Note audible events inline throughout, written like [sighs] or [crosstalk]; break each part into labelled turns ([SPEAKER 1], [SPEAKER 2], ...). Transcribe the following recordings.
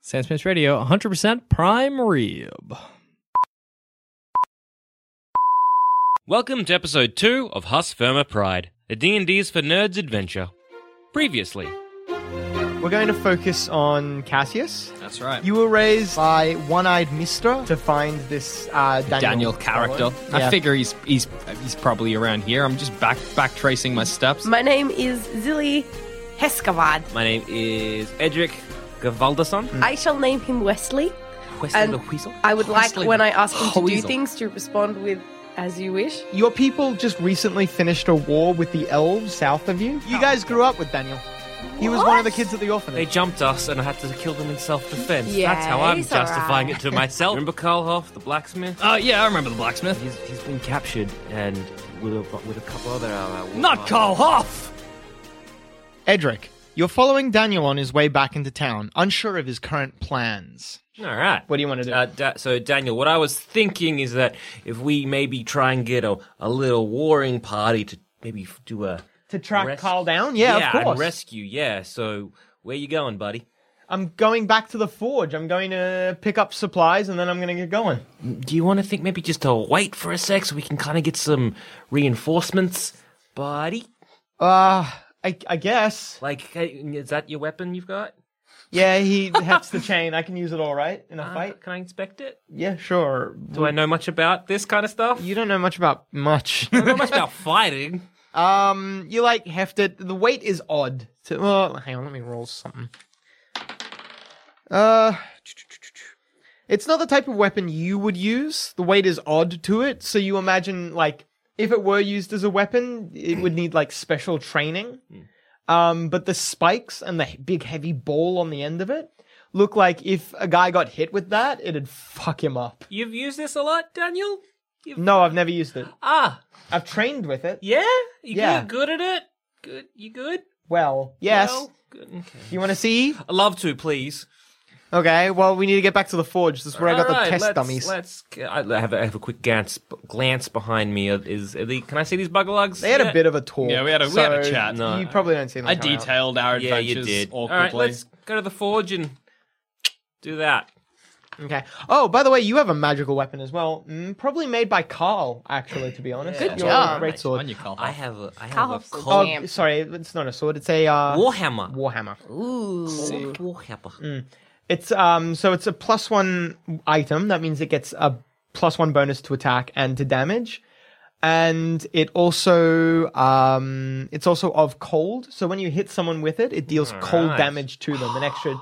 [SPEAKER 1] Sam Smith Radio, 100% prime rib.
[SPEAKER 2] Welcome to episode 2 of Hus Firma Pride, a D&D's for Nerds adventure. Previously,
[SPEAKER 3] We're going to focus on Cassius.
[SPEAKER 4] That's right.
[SPEAKER 3] You were raised by one-eyed Mister to find this uh, Daniel,
[SPEAKER 4] Daniel character.
[SPEAKER 3] fellow.
[SPEAKER 4] I
[SPEAKER 3] Yeah.
[SPEAKER 4] figure he's he's he's probably around here. I'm just back back tracing my steps.
[SPEAKER 5] My name is Zilly Heskavad.
[SPEAKER 2] my name is Edric Gavaldason.
[SPEAKER 5] I shall name him Wesley.
[SPEAKER 2] Wesley
[SPEAKER 5] And
[SPEAKER 2] the Weasel.
[SPEAKER 5] I would like,
[SPEAKER 4] Wesley
[SPEAKER 5] when
[SPEAKER 4] the
[SPEAKER 5] I ask him to do
[SPEAKER 4] Weasel.
[SPEAKER 5] things, to respond with "as you wish."
[SPEAKER 3] Your people just recently finished a war with the elves south of you. You guys grew up with Daniel. He was one of the
[SPEAKER 5] What?
[SPEAKER 3] kids at the
[SPEAKER 2] They
[SPEAKER 3] orphanage.
[SPEAKER 2] jumped us and I had to kill them in self-defense.
[SPEAKER 5] Yeah,
[SPEAKER 2] That's how I'm
[SPEAKER 5] he's all
[SPEAKER 2] justifying
[SPEAKER 5] right.
[SPEAKER 2] it to myself. Remember Karlhoff, the blacksmith?
[SPEAKER 4] Uh, yeah, I remember the blacksmith.
[SPEAKER 2] He's, he's been captured and with a, with a couple other... Uh,
[SPEAKER 4] Not Carl Hoff.
[SPEAKER 3] Edric, you're following Daniel on his way back into town, unsure of his current plans.
[SPEAKER 2] Alright.
[SPEAKER 3] What do you want to do?
[SPEAKER 2] Uh, da- so Daniel, what I was thinking is that if we maybe try and get a, a little warring party to maybe f- do a
[SPEAKER 3] to track
[SPEAKER 2] rest-
[SPEAKER 3] Carl down? Yeah, of
[SPEAKER 2] and
[SPEAKER 3] course.
[SPEAKER 2] rescue. Yeah. So where you going, buddy?
[SPEAKER 3] I'm going back to the forge. I'm going to pick up supplies and then I'm going to get going.
[SPEAKER 2] Do you want to think maybe just to wait for a sec so we can kind of get some reinforcements, buddy?
[SPEAKER 3] Uh, I, I guess.
[SPEAKER 2] Like, hey, is that your weapon you've got?
[SPEAKER 3] Yeah, he hefts the chain. I can use it all right in a
[SPEAKER 2] Uh,
[SPEAKER 3] fight.
[SPEAKER 2] Can I inspect it?
[SPEAKER 3] Yeah, sure.
[SPEAKER 2] Do I know much about this kind of stuff?
[SPEAKER 3] You don't know much about much. [laughs]
[SPEAKER 2] I don't know much about fighting.
[SPEAKER 3] um, you like heft it. The weight is odd. So, well, hang on, let me roll something. Uh, it's not the type of weapon you would use. The weight is odd to it, so you imagine like if it were used as a weapon, it would need like special training. Um, but the spikes and the he- big heavy ball on the end of it look like if a guy got hit with that, it'd fuck him up.
[SPEAKER 2] You've used this a lot, Daniel.
[SPEAKER 3] No, I've never used it.
[SPEAKER 2] Ah,
[SPEAKER 3] I've trained with it.
[SPEAKER 2] yeah. You
[SPEAKER 3] Yeah.
[SPEAKER 2] good- good at it? Good. You good?
[SPEAKER 3] Well, yes.
[SPEAKER 2] Well, good. Okay.
[SPEAKER 3] You want to see?
[SPEAKER 2] I love to, please.
[SPEAKER 3] Okay, well, we need to get back to the forge. This is where I got
[SPEAKER 2] All
[SPEAKER 3] the
[SPEAKER 2] right,
[SPEAKER 3] test
[SPEAKER 2] let's,
[SPEAKER 3] dummies.
[SPEAKER 2] Let's. I I have, a, I have a quick glance glance behind me. Is are they, can I see these bugalugs?
[SPEAKER 3] They had
[SPEAKER 2] Yeah.
[SPEAKER 3] a bit of a talk.
[SPEAKER 4] Yeah, we had a- we had a
[SPEAKER 3] so
[SPEAKER 4] chat.
[SPEAKER 2] No,
[SPEAKER 3] you probably don't see them.
[SPEAKER 4] I
[SPEAKER 3] come out.
[SPEAKER 4] detailed our
[SPEAKER 2] Yeah,
[SPEAKER 4] adventures
[SPEAKER 2] you did. All
[SPEAKER 4] awkwardly.
[SPEAKER 2] right, let's go to the forge and do that.
[SPEAKER 3] Okay. Oh, by the way, you have a magical weapon as well. Mm, probably made by Carl, actually, to be honest.
[SPEAKER 2] Good
[SPEAKER 3] Your
[SPEAKER 5] job.
[SPEAKER 3] great
[SPEAKER 4] On
[SPEAKER 3] sword.
[SPEAKER 4] you, Carl Hoff.
[SPEAKER 2] I have a. I have
[SPEAKER 5] Carl
[SPEAKER 2] a
[SPEAKER 5] Hoff's a
[SPEAKER 2] cold
[SPEAKER 5] damn-
[SPEAKER 3] Oh, sorry, it's not a sword. It's a uh,
[SPEAKER 2] warhammer.
[SPEAKER 3] warhammer.
[SPEAKER 2] Ooh, warhammer.
[SPEAKER 4] Mm.
[SPEAKER 3] It's um, so it's a plus one item. That means it gets a plus one bonus to attack and to damage, and it also um, it's also of cold. So when you hit someone with it, it deals cold
[SPEAKER 2] Alright.
[SPEAKER 3] damage to them, an extra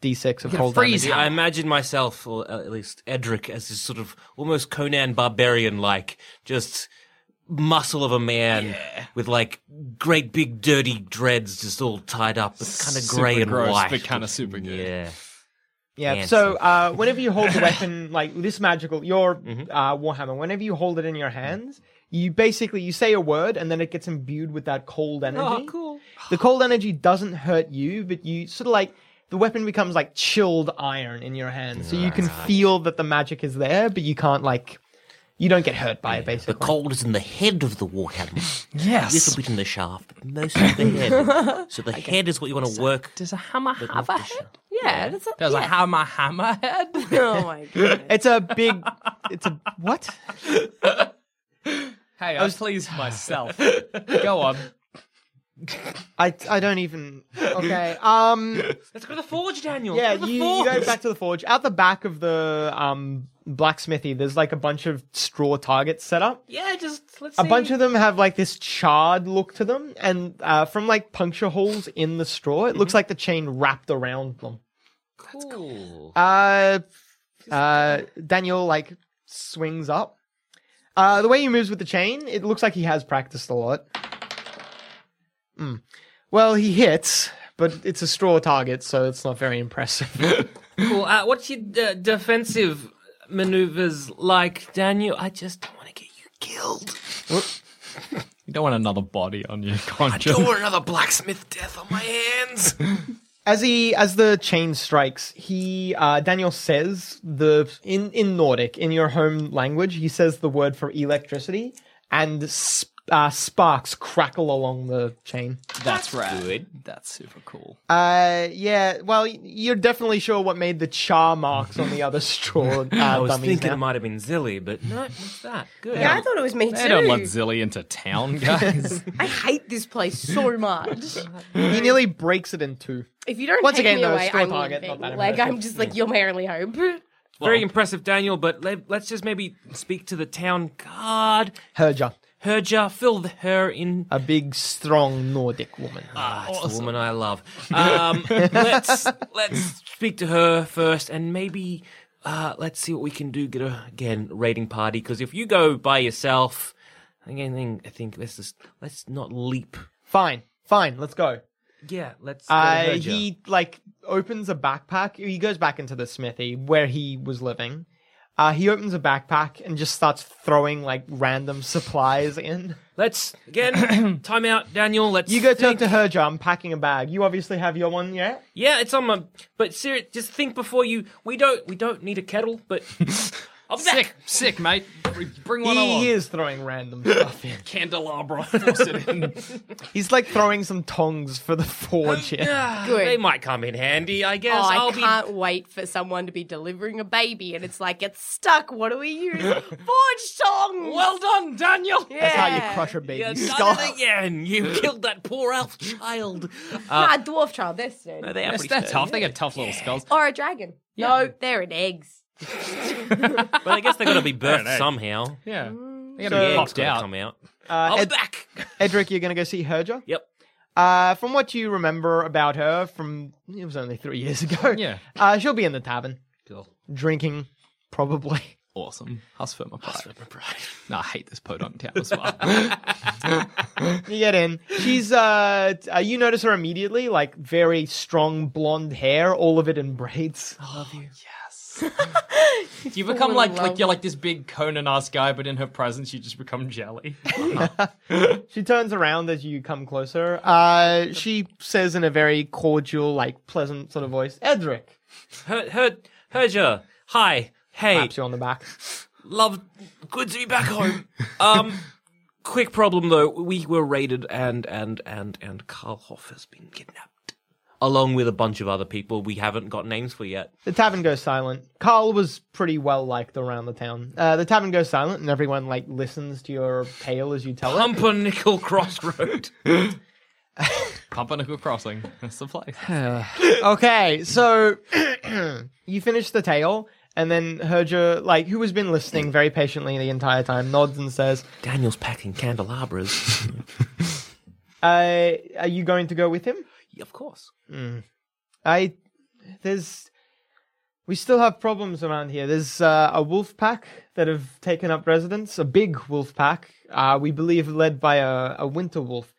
[SPEAKER 3] d6 of cold
[SPEAKER 4] freeze
[SPEAKER 3] damage.
[SPEAKER 2] I imagine myself, or at least Edric, as this sort of almost Conan barbarian like, just muscle of a man with like great big dirty dreads just all tied up. It's kind of
[SPEAKER 4] Super
[SPEAKER 2] grey and
[SPEAKER 4] gross,
[SPEAKER 2] white.
[SPEAKER 4] but kinda super good.
[SPEAKER 2] Yeah.
[SPEAKER 3] Yeah.
[SPEAKER 2] Fancy.
[SPEAKER 3] So uh, whenever you hold the weapon,
[SPEAKER 2] [laughs]
[SPEAKER 3] like this magical, your uh,
[SPEAKER 2] Mm-hmm.
[SPEAKER 3] warhammer, whenever you hold it in your hands, you basically you say a word, and then it gets imbued with that cold energy.
[SPEAKER 2] Oh, cool.
[SPEAKER 3] The cold energy doesn't hurt you, but you sort of like the weapon becomes like chilled iron in your hand, so you can feel that the magic is there, but you can't like you don't get hurt by it
[SPEAKER 2] The
[SPEAKER 3] basically.
[SPEAKER 2] cold is in the head of the
[SPEAKER 6] [gasps]
[SPEAKER 2] warhammer.
[SPEAKER 4] Yes.
[SPEAKER 2] A little bit in the shaft, but mostly the head.
[SPEAKER 6] [laughs]
[SPEAKER 2] So the head is what you want to work.
[SPEAKER 4] Does a hammer have a head?
[SPEAKER 5] Yeah, that's a,
[SPEAKER 4] Does a
[SPEAKER 5] yeah.
[SPEAKER 4] hammer hammer head?
[SPEAKER 5] Oh my god.
[SPEAKER 3] It's a big. It's a what?
[SPEAKER 4] hey, I was pleased myself. [laughs] Go on.
[SPEAKER 3] I I don't even. Okay. [laughs] Um.
[SPEAKER 2] [laughs] Let's go to the forge, Daniel.
[SPEAKER 3] Yeah. You, you go back to the forge. Out the back of the um blacksmithy, there's like a bunch of straw targets set up.
[SPEAKER 2] Yeah, just let's.
[SPEAKER 3] A bunch of them have like this charred look to them, and uh, from like puncture holes in the straw, it
[SPEAKER 2] Mm-hmm.
[SPEAKER 3] looks like the chain wrapped around them.
[SPEAKER 2] cool.
[SPEAKER 3] Uh, uh, Daniel like swings up. Uh, the way he moves with the chain, it looks like he has practiced a lot. Hmm. Well, he hits, but it's a straw target, so it's not very impressive. [laughs]
[SPEAKER 2] cool. Uh, what's your uh, defensive maneuvers like, Daniel? I just don't want to get you
[SPEAKER 4] [laughs]
[SPEAKER 2] killed.
[SPEAKER 4] You don't want another body on your conscience.
[SPEAKER 2] Don't want another blacksmith death on my hands.
[SPEAKER 3] as he as the chain strikes, he uh, Daniel says the in in Nordic in your home language, he says the word for electricity and sp- uh, sparks crackle along the chain.
[SPEAKER 4] That's rad. That's super cool.
[SPEAKER 3] Uh, yeah. Well, y- you're definitely sure what made the char marks on [laughs] the other straw. Uh,
[SPEAKER 6] I was
[SPEAKER 3] dummies
[SPEAKER 6] thinking
[SPEAKER 3] now.
[SPEAKER 6] it might have been Zilly, but no, what's that? Good.
[SPEAKER 5] [laughs] Yeah, I thought it was me
[SPEAKER 4] [laughs] They
[SPEAKER 5] too.
[SPEAKER 4] don't let Zilly into [laughs] town, guys.
[SPEAKER 5] I hate this place [laughs] so much.
[SPEAKER 3] he nearly breaks it in two.
[SPEAKER 5] If you don't
[SPEAKER 3] Once
[SPEAKER 5] take
[SPEAKER 3] again,
[SPEAKER 5] me
[SPEAKER 3] though,
[SPEAKER 5] away,
[SPEAKER 3] straw
[SPEAKER 5] I'm
[SPEAKER 3] target, not
[SPEAKER 5] leaving.
[SPEAKER 3] that
[SPEAKER 5] Like
[SPEAKER 3] impressive.
[SPEAKER 5] I'm just like you're my only hope.
[SPEAKER 6] Very impressive, Daniel, but let, us just maybe speak to the town guard.
[SPEAKER 3] Herja,
[SPEAKER 6] Herja, fill the- her in.
[SPEAKER 3] a big, strong Nordic woman.
[SPEAKER 6] Ah, it's the woman I love. [laughs] Um, let's let's speak to her first, and maybe uh, let's see what we can do. Get a again raiding party because if you go by yourself, again, I think- I think let's just let's not leap.
[SPEAKER 3] fine, fine. Let's go.
[SPEAKER 6] Yeah, let's. go to
[SPEAKER 3] Uh,
[SPEAKER 6] Herja.
[SPEAKER 3] he like opens a backpack. He goes back into the smithy where he was living. Uh, he opens a backpack and just starts throwing like random supplies in.
[SPEAKER 6] Let's again time out, Daniel. Let's
[SPEAKER 3] You go talk
[SPEAKER 6] think.
[SPEAKER 3] to Herja. I'm packing a bag. You obviously have your one, yeah?
[SPEAKER 6] Yeah, it's on my. But serious, just think before you. We don't. We don't need a kettle, but I'll be
[SPEAKER 4] sick,
[SPEAKER 6] back.
[SPEAKER 4] sick, mate. Br- Bring one
[SPEAKER 3] He,
[SPEAKER 4] along.
[SPEAKER 3] he is throwing [laughs] random stuff in.
[SPEAKER 6] [laughs]
[SPEAKER 4] Candelabra. Force it [laughs] in.
[SPEAKER 3] He's like throwing some tongs for the forge
[SPEAKER 6] [laughs]
[SPEAKER 3] here.
[SPEAKER 5] Good.
[SPEAKER 6] They might come in handy, I guess.
[SPEAKER 5] Oh, I
[SPEAKER 6] I'll
[SPEAKER 5] can't wait for someone to be delivering a baby, and it's like it's stuck. What do we [laughs] use? Forge
[SPEAKER 6] be.
[SPEAKER 5] tongs.
[SPEAKER 6] Well done, Daniel.
[SPEAKER 3] That's how you crush a
[SPEAKER 6] You
[SPEAKER 3] baby skull.
[SPEAKER 6] done it again. [laughs] You killed that poor elf child.
[SPEAKER 5] nah, dwarf child. They're sturdy.
[SPEAKER 6] No, they are
[SPEAKER 4] Yes,
[SPEAKER 6] pretty
[SPEAKER 4] they're
[SPEAKER 6] sturdy.
[SPEAKER 4] tough. They got tough little skulls.
[SPEAKER 5] Or a dragon. No, they're in eggs.
[SPEAKER 6] But I guess they're gonna be birthed
[SPEAKER 4] know.
[SPEAKER 6] somehow.
[SPEAKER 4] Yeah. They gotta
[SPEAKER 3] So-
[SPEAKER 4] be
[SPEAKER 6] Yeah, it's
[SPEAKER 4] popped
[SPEAKER 6] gotta
[SPEAKER 4] out.
[SPEAKER 6] come out.
[SPEAKER 3] Uh,
[SPEAKER 6] I'll be
[SPEAKER 3] Ed-
[SPEAKER 6] back.
[SPEAKER 3] Edric, you're going to go see Herja?
[SPEAKER 6] Yep.
[SPEAKER 3] Uh, from what you remember about her from, it was only three years ago.
[SPEAKER 4] Yeah.
[SPEAKER 3] [laughs] Uh, she'll be in the tavern,
[SPEAKER 6] Cool.
[SPEAKER 3] drinking, probably. [laughs]
[SPEAKER 4] Awesome. Hus for my pride. [laughs] No, I hate this podunk town as [laughs] well.
[SPEAKER 3] You get in. She's uh, t- uh you notice her immediately, like very strong blonde hair, all of it in
[SPEAKER 6] [laughs]
[SPEAKER 3] braids.
[SPEAKER 4] Do you become
[SPEAKER 5] in
[SPEAKER 4] like
[SPEAKER 5] love.
[SPEAKER 4] like you're like this big Conan ass guy, but in her presence you just become [laughs] jelly?
[SPEAKER 3] She turns around as you come closer. Uh she says in a very cordial, like pleasant sort of voice, Edric
[SPEAKER 6] Her, her, Herja. Hi. Hey.
[SPEAKER 3] taps you on the back.
[SPEAKER 6] Love, good to be back home. [laughs] Um, quick problem though. We were raided, and and and and Karl Hoff has been kidnapped, along with a bunch of other people we haven't got names for [laughs] yet.
[SPEAKER 3] The tavern goes silent. Carl was pretty well liked around the town. Uh the tavern goes silent and everyone like listens to your tale as you tell it.
[SPEAKER 6] Pumpernickel Crossroad.
[SPEAKER 4] Pumpernickel Crossing. That's the [laughs] place.
[SPEAKER 3] Okay, so [clears throat] you finish the tale and then Herja, like who has been listening very patiently the entire time, nods and says,
[SPEAKER 6] Daniel's packing candelabras.
[SPEAKER 3] Uh, are you going to go with him?
[SPEAKER 6] Yeah, [laughs] of course.
[SPEAKER 3] I, there's, we still have problems around here. There's uh, a wolf pack that have taken up residence, a big wolf pack. Uh, we believe led by a, a winter wolf.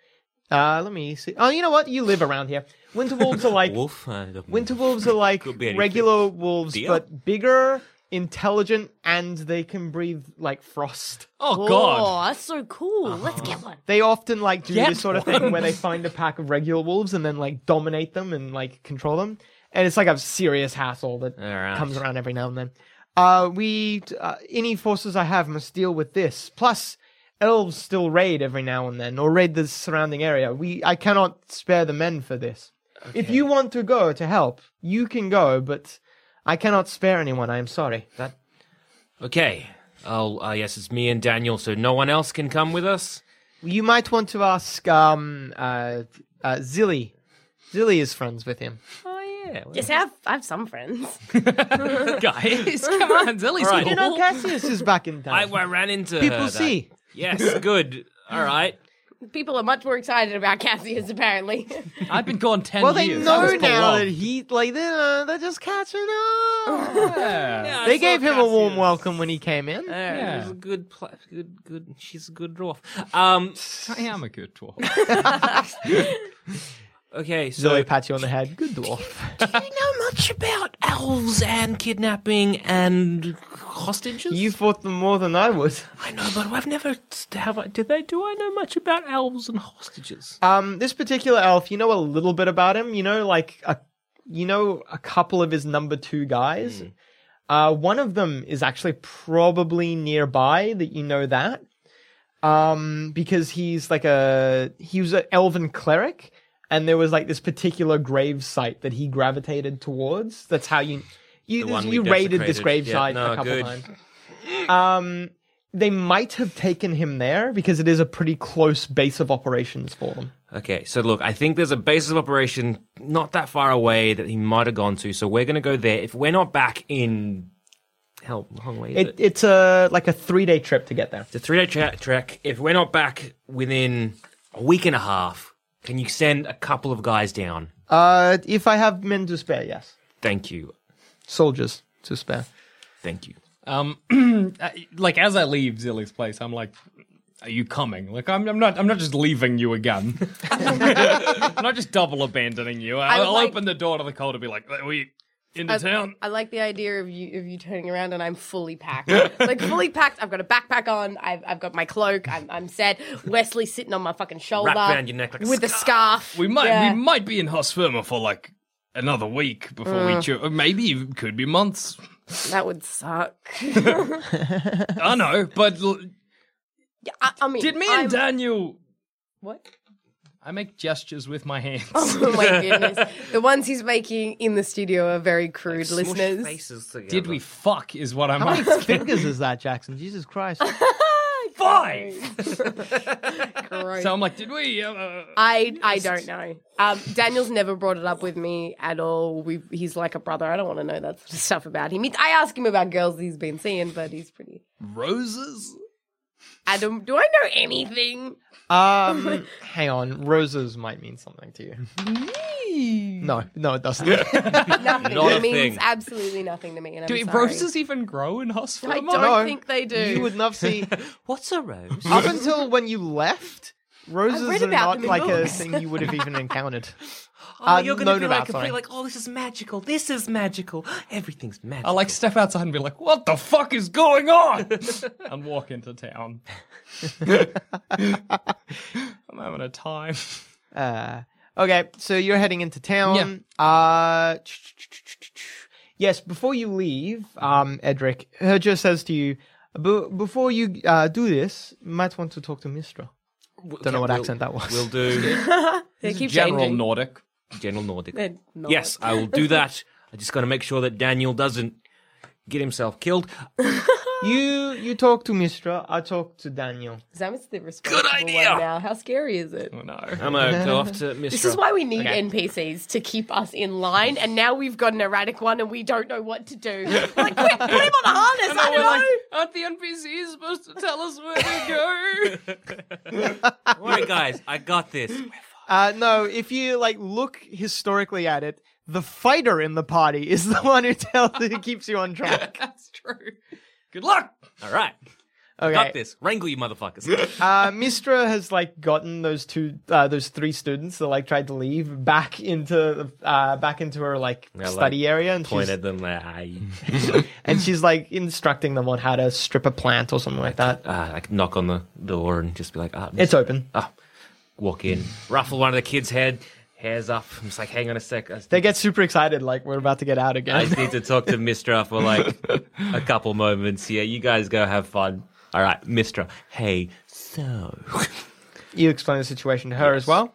[SPEAKER 3] Uh, let me see. Oh, you know what? You live around here. Winter wolves are like
[SPEAKER 6] Wolf. Uh, the-
[SPEAKER 3] winter wolves are like
[SPEAKER 6] Could be anything.
[SPEAKER 3] regular wolves,
[SPEAKER 6] Deer?
[SPEAKER 3] but bigger, intelligent, and they can breathe like frost.
[SPEAKER 4] Oh god.
[SPEAKER 5] Oh, that's so cool. Let's get one.
[SPEAKER 3] They often like do
[SPEAKER 6] Get
[SPEAKER 3] this sort of thing where they find a pack of regular wolves and then like dominate them and like control them. And it's like a serious hassle that
[SPEAKER 6] Alright.
[SPEAKER 3] comes around every now and then. Uh, we uh, any forces I have must deal with this. Plus, elves still raid every now and then or raid the surrounding area. We I cannot spare the men for this. If you want to go to help, you can go, but I cannot spare anyone. I am sorry.
[SPEAKER 6] That. Okay. Oh, uh, yes, it's me and Daniel, so no one else can come with us.
[SPEAKER 3] You might want to ask um uh, uh Zilly. Zilly is friends with him.
[SPEAKER 6] Oh yeah. well-
[SPEAKER 5] Yes, I have, I have some friends.
[SPEAKER 6] [laughs]
[SPEAKER 4] Guys, come on, Zilly's
[SPEAKER 6] Alright.
[SPEAKER 4] cool.
[SPEAKER 3] You
[SPEAKER 6] [laughs]
[SPEAKER 3] know, Cassius is back in town.
[SPEAKER 6] I, I ran into
[SPEAKER 3] People
[SPEAKER 6] her that-
[SPEAKER 3] see. [laughs]
[SPEAKER 6] Yes, good. All right.
[SPEAKER 5] People are much more excited about Cassius, apparently.
[SPEAKER 4] I've been gone ten
[SPEAKER 3] Well, they
[SPEAKER 4] years. I
[SPEAKER 3] know
[SPEAKER 4] was
[SPEAKER 3] now
[SPEAKER 4] for love.
[SPEAKER 3] that he like they're, uh, they're just catching up.
[SPEAKER 4] [laughs] Yeah.
[SPEAKER 6] Yeah, I
[SPEAKER 3] they
[SPEAKER 6] saw
[SPEAKER 3] gave him a warm
[SPEAKER 6] Cassius.
[SPEAKER 3] welcome when he came in.
[SPEAKER 6] Yeah, she's a good, pla- good, good. She's a good dwarf. Um.
[SPEAKER 4] I am a good dwarf.
[SPEAKER 6] Okay, so
[SPEAKER 3] Zoe pats you on the head. Good dwarf.
[SPEAKER 6] do you know much about elves and kidnapping and hostages?
[SPEAKER 3] you fought them more than I would.
[SPEAKER 6] I know, but I've never. Have I? Did they? Do I know much about elves and hostages?
[SPEAKER 3] Um, this particular elf, you know a little bit about him. You know, like a, you know, a couple of his number two guys.
[SPEAKER 6] Hmm.
[SPEAKER 3] Uh, one of them is actually probably nearby. That you know that. um, because he's like a he was an elven cleric, and there was like this particular grave site that he gravitated towards. That's how you you,
[SPEAKER 6] The one we
[SPEAKER 3] you raided this grave
[SPEAKER 6] desecrated. Yeah,
[SPEAKER 3] site
[SPEAKER 6] no,
[SPEAKER 3] a couple
[SPEAKER 6] good.
[SPEAKER 3] times. Um, they might have taken him there because it is a pretty close base of operations for them.
[SPEAKER 6] Okay, so look, I think there's a base of operation not that far away that he might have gone to, so we're going to go there. If we're not back in. Hell, how long away is
[SPEAKER 3] It, it's a like a three day trip to get there.
[SPEAKER 6] It's a three day tra- trek. If we're not back within a week and a half, can you send a couple of guys down?
[SPEAKER 3] Uh, if I have men to spare, yes,
[SPEAKER 6] Thank you.
[SPEAKER 3] soldiers to spare.
[SPEAKER 6] Thank you.
[SPEAKER 4] Um, [clears throat] I- like as I leave Zilly's place, I'm like, "Are you coming? Like, I'm, I'm not. I'm not just leaving you again. [laughs] I'm not just double abandoning you. I,
[SPEAKER 5] I would
[SPEAKER 4] will
[SPEAKER 5] like- Uh,
[SPEAKER 4] open the door to the cold and be like, "Are we into
[SPEAKER 5] I,
[SPEAKER 4] town?"
[SPEAKER 5] I like the idea of you of you turning around and I'm fully packed, [laughs] like fully packed. I've got a backpack on. I've, I've got my cloak. I'm I'm set. Wesley's sitting on my fucking shoulder,
[SPEAKER 6] around your neck like a
[SPEAKER 5] with a scarf.
[SPEAKER 4] We might.
[SPEAKER 5] Yeah.
[SPEAKER 4] We might be in Hosfirma for like another week before we.
[SPEAKER 5] Mm.
[SPEAKER 4] Cho- or maybe it could be months.
[SPEAKER 5] That
[SPEAKER 4] [laughs]
[SPEAKER 5] would suck.
[SPEAKER 4] I know, but l-
[SPEAKER 5] Yeah, I, I mean,
[SPEAKER 4] did me
[SPEAKER 5] I'm-
[SPEAKER 4] and Daniel?
[SPEAKER 5] what?
[SPEAKER 4] I make gestures with my hands.
[SPEAKER 5] Oh my goodness! The ones he's making in the studio are very crude,
[SPEAKER 6] Smush
[SPEAKER 5] listeners. [laughs]
[SPEAKER 6] faces together.
[SPEAKER 4] Did we fuck? Is what I'm
[SPEAKER 3] How [laughs] many
[SPEAKER 4] asking.
[SPEAKER 3] fingers is that, Jackson? Jesus Christ!
[SPEAKER 4] Five.
[SPEAKER 5] Gross.
[SPEAKER 4] So I'm like, did we? Uh, uh,
[SPEAKER 5] I I don't know. Um, Daniel's never brought it up with me at all. We he's like a brother. I don't want to know that sort of stuff about him. He- I ask him about girls he's been seeing, but he's pretty.
[SPEAKER 4] roses.
[SPEAKER 5] Adam, do I know anything?
[SPEAKER 3] Um, hang on, roses might mean something to you. No, no, it doesn't. [laughs]
[SPEAKER 5] Nothing.
[SPEAKER 6] Not a
[SPEAKER 5] it means
[SPEAKER 6] thing.
[SPEAKER 5] absolutely nothing to me. And
[SPEAKER 4] Do
[SPEAKER 5] I'm
[SPEAKER 4] it-
[SPEAKER 5] sorry.
[SPEAKER 4] roses even grow in
[SPEAKER 5] I
[SPEAKER 4] hospital?
[SPEAKER 5] don't
[SPEAKER 3] No.
[SPEAKER 5] think they do.
[SPEAKER 3] you would love see
[SPEAKER 6] What's a rose?
[SPEAKER 3] up until when you left. Roses
[SPEAKER 5] read
[SPEAKER 3] are
[SPEAKER 5] about
[SPEAKER 3] not
[SPEAKER 5] them in
[SPEAKER 3] like a
[SPEAKER 5] books.
[SPEAKER 3] thing you would have even encountered.
[SPEAKER 6] Oh,
[SPEAKER 3] Uh,
[SPEAKER 6] you're going to
[SPEAKER 3] known
[SPEAKER 6] be
[SPEAKER 3] about,
[SPEAKER 6] like,
[SPEAKER 3] sorry.
[SPEAKER 6] completely like, oh, this is magical. This is magical. Everything's magical.
[SPEAKER 4] I like step outside and be like, "What the fuck is going on?" [laughs] and walk into [laughs] town. I'm having a time.
[SPEAKER 3] Uh, okay, so you're heading into town. Uh, yes, before you leave, um, Edric, Herja says to you, "Be- before you uh, do this, you might want to talk to Mistra. Don't know what accent that was. [laughs]
[SPEAKER 6] We'll do
[SPEAKER 5] They keep
[SPEAKER 4] General
[SPEAKER 5] changing.
[SPEAKER 4] Nordic.
[SPEAKER 6] General Nordic.
[SPEAKER 5] They're not.
[SPEAKER 6] Yes, I will do that. I just got to make sure that Daniel doesn't get himself killed.
[SPEAKER 3] You you talk to Mistra, I talk to Daniel.
[SPEAKER 5] Zam's the responsible
[SPEAKER 6] idea.
[SPEAKER 5] one now. How scary is it?
[SPEAKER 4] Oh, no. [laughs]
[SPEAKER 6] I'm going to go off to Mr.
[SPEAKER 5] This is why we need NPCs to keep us in line, and now we've got an erratic one, and we don't know what to do. We're like, quick, put him on a harness. I don't know.
[SPEAKER 4] aren't the NPCs supposed to tell us where to go?
[SPEAKER 6] All right, guys, I got this.
[SPEAKER 3] Uh, no, if you like look historically at it, the fighter in the party is the [laughs] one who tells who keeps you on
[SPEAKER 6] [laughs]
[SPEAKER 3] track.
[SPEAKER 4] [laughs] That's true. Good luck.
[SPEAKER 6] All right,
[SPEAKER 3] Okay.
[SPEAKER 6] got this. Wrangle you motherfuckers.
[SPEAKER 3] Uh, Mistra has like gotten those two, uh, those three students that like tried to leave back into uh, back into her like
[SPEAKER 6] like,
[SPEAKER 3] study area, and she's,
[SPEAKER 6] Pointed them like, I,
[SPEAKER 3] and she's like instructing them on how to strip a plant or something like that.
[SPEAKER 6] uh, like knock on the door and just be like, ah,
[SPEAKER 3] It's
[SPEAKER 6] Mr.
[SPEAKER 3] open.
[SPEAKER 6] walk in, ruffle one of the kids' head, hairs up. I'm just like, hang on a sec. I just,
[SPEAKER 3] They get super excited, like we're about to get out
[SPEAKER 6] I
[SPEAKER 3] again.
[SPEAKER 6] just need to talk to Mistra for like a couple moments. Yeah, you guys go have fun. All right, Mistra. Hey, so
[SPEAKER 3] you explain the situation to her as well.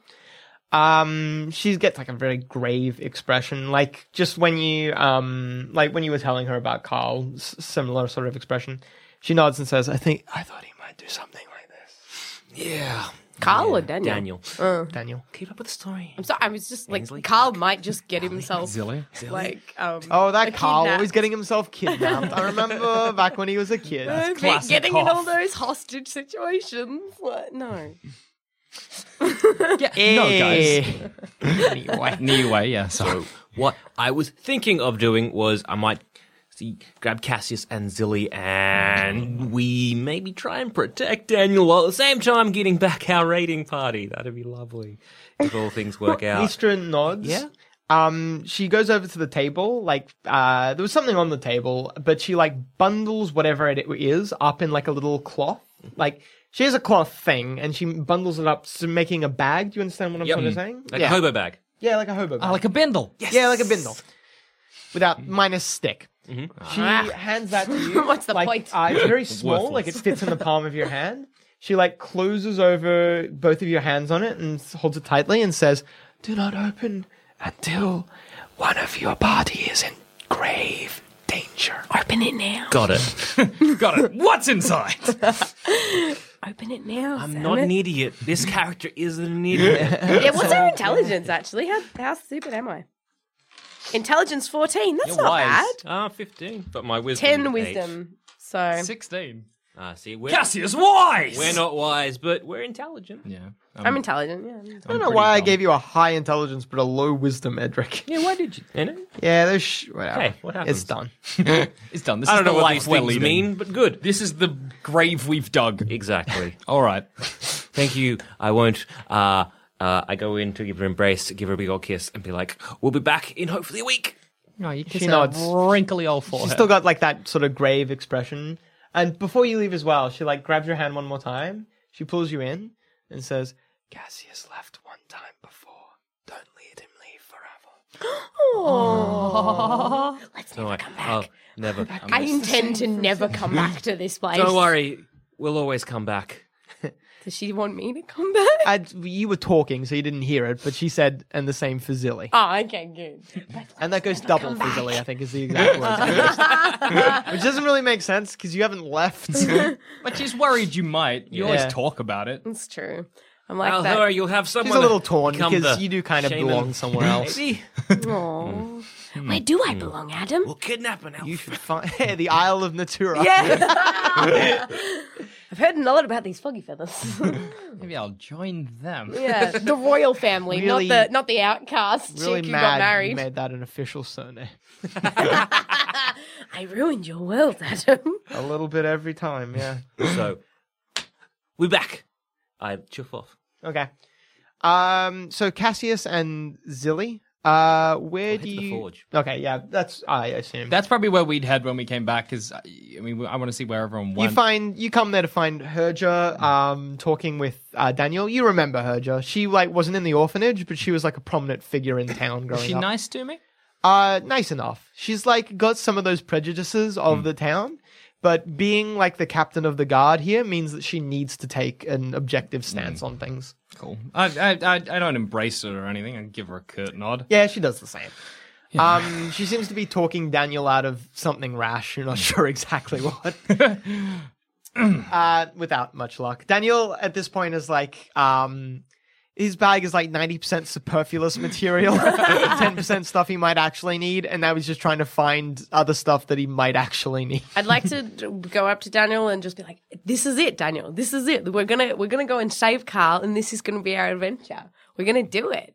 [SPEAKER 3] Um, she gets like a very grave expression, like just when you um, like when you were telling her about Carl, s- similar sort of expression. She nods and says, "I think I thought he might do something like this."
[SPEAKER 6] yeah,
[SPEAKER 5] Carl or Daniel?
[SPEAKER 6] Daniel,
[SPEAKER 3] Daniel.
[SPEAKER 6] keep up with the story.
[SPEAKER 5] I'm sorry, Uh. I was just like,
[SPEAKER 6] Ainsley?
[SPEAKER 5] Carl might just get himself
[SPEAKER 4] Zilly.
[SPEAKER 5] like, um,
[SPEAKER 3] Oh, that
[SPEAKER 5] a
[SPEAKER 3] Carl
[SPEAKER 5] kidnap.
[SPEAKER 3] always getting himself kidnapped. I remember back when he was a kid.
[SPEAKER 5] [laughs] Bit
[SPEAKER 4] classic
[SPEAKER 5] getting in
[SPEAKER 4] Hoff.
[SPEAKER 5] all those hostage situations. Like, no,
[SPEAKER 4] guys.
[SPEAKER 6] Eh.
[SPEAKER 3] anyway,
[SPEAKER 4] Anyway, yeah. So
[SPEAKER 6] What I was thinking of doing was I might see, grab Cassius and Zilly, and we maybe try and protect Daniel while at the same time getting back our raiding party. That'd be lovely if all things work out.
[SPEAKER 3] Eastra nods.
[SPEAKER 6] Yeah.
[SPEAKER 3] Um, she goes over to the table. Like, uh, there was something on the table, but she like bundles whatever it is up in like a little cloth. Like, she has a cloth thing, and she bundles it up, so making a bag. Do you understand what I'm sort of saying?
[SPEAKER 6] Like
[SPEAKER 3] yeah.
[SPEAKER 6] a hobo bag.
[SPEAKER 3] yeah, like a hobo. Bag.
[SPEAKER 4] like a bindle.
[SPEAKER 3] Yeah, like a bindle, without
[SPEAKER 6] Mm-hmm.
[SPEAKER 3] minus stick. She hands that to you.
[SPEAKER 5] What's
[SPEAKER 3] [laughs]
[SPEAKER 5] the
[SPEAKER 3] like,
[SPEAKER 5] point?
[SPEAKER 6] [laughs]
[SPEAKER 3] Uh, it's very small,
[SPEAKER 6] Worthless.
[SPEAKER 3] like it fits in the palm of your hand. She like closes over both of your hands on it and s- holds it tightly and says, "Do not open until one of your party is in grave danger."
[SPEAKER 5] Open it now.
[SPEAKER 6] Got it.
[SPEAKER 4] Got it. What's inside?
[SPEAKER 5] Open it now.
[SPEAKER 6] I'm
[SPEAKER 5] damn
[SPEAKER 6] not
[SPEAKER 5] it.
[SPEAKER 6] an idiot. This character is an idiot.
[SPEAKER 5] Yeah, what's our intelligence actually? How, how stupid am I? Intelligence 14. That's not bad.
[SPEAKER 6] Ah, 15. But my wisdom.
[SPEAKER 5] 10
[SPEAKER 6] eight.
[SPEAKER 5] wisdom. So,
[SPEAKER 4] 16.
[SPEAKER 6] Ah, see, we're,
[SPEAKER 4] Cassius Wise!
[SPEAKER 6] we're not wise, but we're intelligent.
[SPEAKER 4] Yeah. um,
[SPEAKER 5] I'm intelligent. Yeah.
[SPEAKER 3] I don't know why I gave you a high intelligence but a low wisdom, Edric.
[SPEAKER 6] Yeah, why did you? You know?
[SPEAKER 3] Yeah, there's sh- whatever.
[SPEAKER 6] Hey, what
[SPEAKER 3] it's
[SPEAKER 6] happens?
[SPEAKER 3] done.
[SPEAKER 4] It's done. This
[SPEAKER 6] I
[SPEAKER 4] is
[SPEAKER 6] don't know
[SPEAKER 4] the
[SPEAKER 6] what
[SPEAKER 4] life
[SPEAKER 6] these
[SPEAKER 4] we're
[SPEAKER 6] things
[SPEAKER 4] leading.
[SPEAKER 6] mean, but good.
[SPEAKER 4] This is the grave we've dug.
[SPEAKER 6] Exactly.
[SPEAKER 4] All right.
[SPEAKER 6] Thank you. I won't. Uh, uh, I go in to give her an embrace, give her a big old kiss, and be like, "We'll be back in hopefully a week."
[SPEAKER 4] No, you
[SPEAKER 3] She nods.
[SPEAKER 4] wrinkly old
[SPEAKER 3] [laughs]
[SPEAKER 4] forehead.
[SPEAKER 3] She's still got like that sort of grave expression. And before you leave as well, she like grabs your hand one more time. She pulls you in and says, Cassius left one time before. Don't let him leave forever.
[SPEAKER 6] So I, I'll never. I'm
[SPEAKER 5] I
[SPEAKER 6] like,
[SPEAKER 5] intend to never come back to this place.
[SPEAKER 6] Don't worry, we'll always come back.
[SPEAKER 5] Does she want me to come back?
[SPEAKER 3] And you were talking, so you didn't hear it, but she said, and the same for Zilly.
[SPEAKER 5] Oh, okay, good.
[SPEAKER 3] And that goes double for Zilly, I think is the exact word. [laughs] Which doesn't really make sense because you haven't [laughs] left. She's
[SPEAKER 4] But she's worried you might. You
[SPEAKER 3] Yeah.
[SPEAKER 4] always talk about it.
[SPEAKER 5] That's true. I'm like
[SPEAKER 6] I'll
[SPEAKER 5] that.
[SPEAKER 6] hurry, you'll have someone.
[SPEAKER 3] a little torn
[SPEAKER 6] come
[SPEAKER 3] because
[SPEAKER 6] the
[SPEAKER 3] you do kind of
[SPEAKER 6] shaman.
[SPEAKER 3] belong somewhere else.
[SPEAKER 6] Maybe
[SPEAKER 5] Aw.
[SPEAKER 3] Hmm.
[SPEAKER 5] Where do I belong, Adam?
[SPEAKER 6] we'll kidnap an elf.
[SPEAKER 3] You should find [laughs] the Isle of Natura.
[SPEAKER 5] Yeah. [laughs]
[SPEAKER 3] [laughs]
[SPEAKER 5] I've heard a lot about these foggy feathers.
[SPEAKER 4] Maybe I'll join them.
[SPEAKER 5] [laughs] yeah, the royal family,
[SPEAKER 3] Really-
[SPEAKER 5] not the not the outcast
[SPEAKER 3] Really
[SPEAKER 5] chick who got
[SPEAKER 3] mad you
[SPEAKER 5] married.
[SPEAKER 3] made that an official surname.
[SPEAKER 5] I ruined your world, Adam.
[SPEAKER 3] A little bit every time, yeah.
[SPEAKER 6] so we're back. I chuff off.
[SPEAKER 3] Okay. Um. So Cassius and Zilly. Uh. Where
[SPEAKER 6] head
[SPEAKER 3] do
[SPEAKER 6] to the
[SPEAKER 3] you?
[SPEAKER 6] forge.
[SPEAKER 3] Okay. Yeah. That's I assume.
[SPEAKER 4] That's probably where we'd head when we came back, because, I mean, I want to see where everyone
[SPEAKER 3] you
[SPEAKER 4] went.
[SPEAKER 3] find you come there to find Herja. Um. Talking with uh, Daniel. You remember Herja? She like wasn't in the orphanage, but she was like a prominent figure in town growing
[SPEAKER 4] she
[SPEAKER 3] up.
[SPEAKER 4] nice to me?
[SPEAKER 3] Uh. Nice enough. She's like got some of those prejudices of the town. But being like the captain of the guard here means that she needs to take an objective stance on things.
[SPEAKER 4] Cool. I, I, I, I don't embrace it or anything. I give her a curt nod.
[SPEAKER 3] Yeah, she does the same. Um, she seems to be talking Daniel out of something rash. You're not [laughs] sure exactly what. uh, without much luck, Daniel at this point is like, um, his bag is like ninety percent superfluous material, [laughs] ten percent stuff he might actually need, and now he's just trying to find other stuff that he might actually need. [laughs]
[SPEAKER 5] I'd like to d- go up to Daniel and just be like, "This is it, Daniel. This is it. We're gonna we're gonna go and save Carl, and this is gonna be our adventure. We're gonna do it."